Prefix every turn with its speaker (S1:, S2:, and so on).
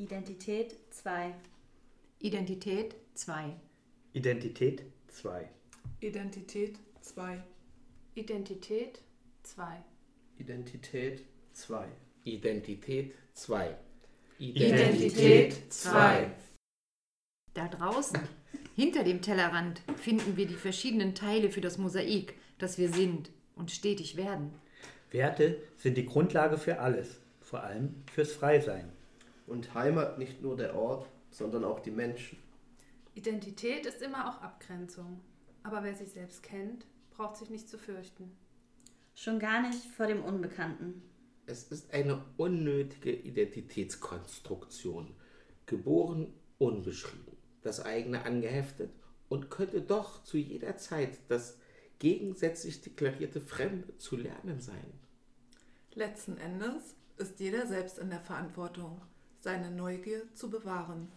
S1: Identität 2.
S2: Identität 2.
S3: Identität 2.
S4: Identität 2.
S5: Identität 2.
S6: Identität 2.
S7: Identität 2.
S4: Identität 2.
S2: Da draußen, hinter dem Tellerrand, finden wir die verschiedenen Teile für das Mosaik, das wir sind und stetig werden.
S3: Werte sind die Grundlage für alles, vor allem fürs Freisein.
S6: Und Heimat nicht nur der Ort, sondern auch die Menschen.
S5: Identität ist immer auch Abgrenzung. Aber wer sich selbst kennt, braucht sich nicht zu fürchten.
S1: Schon gar nicht vor dem Unbekannten.
S7: Es ist eine unnötige Identitätskonstruktion. Geboren unbeschrieben, das eigene angeheftet und könnte doch zu jeder Zeit das gegensätzlich deklarierte Fremde zu lernen sein.
S4: Letzten Endes ist jeder selbst in der Verantwortung, seine Neugier zu bewahren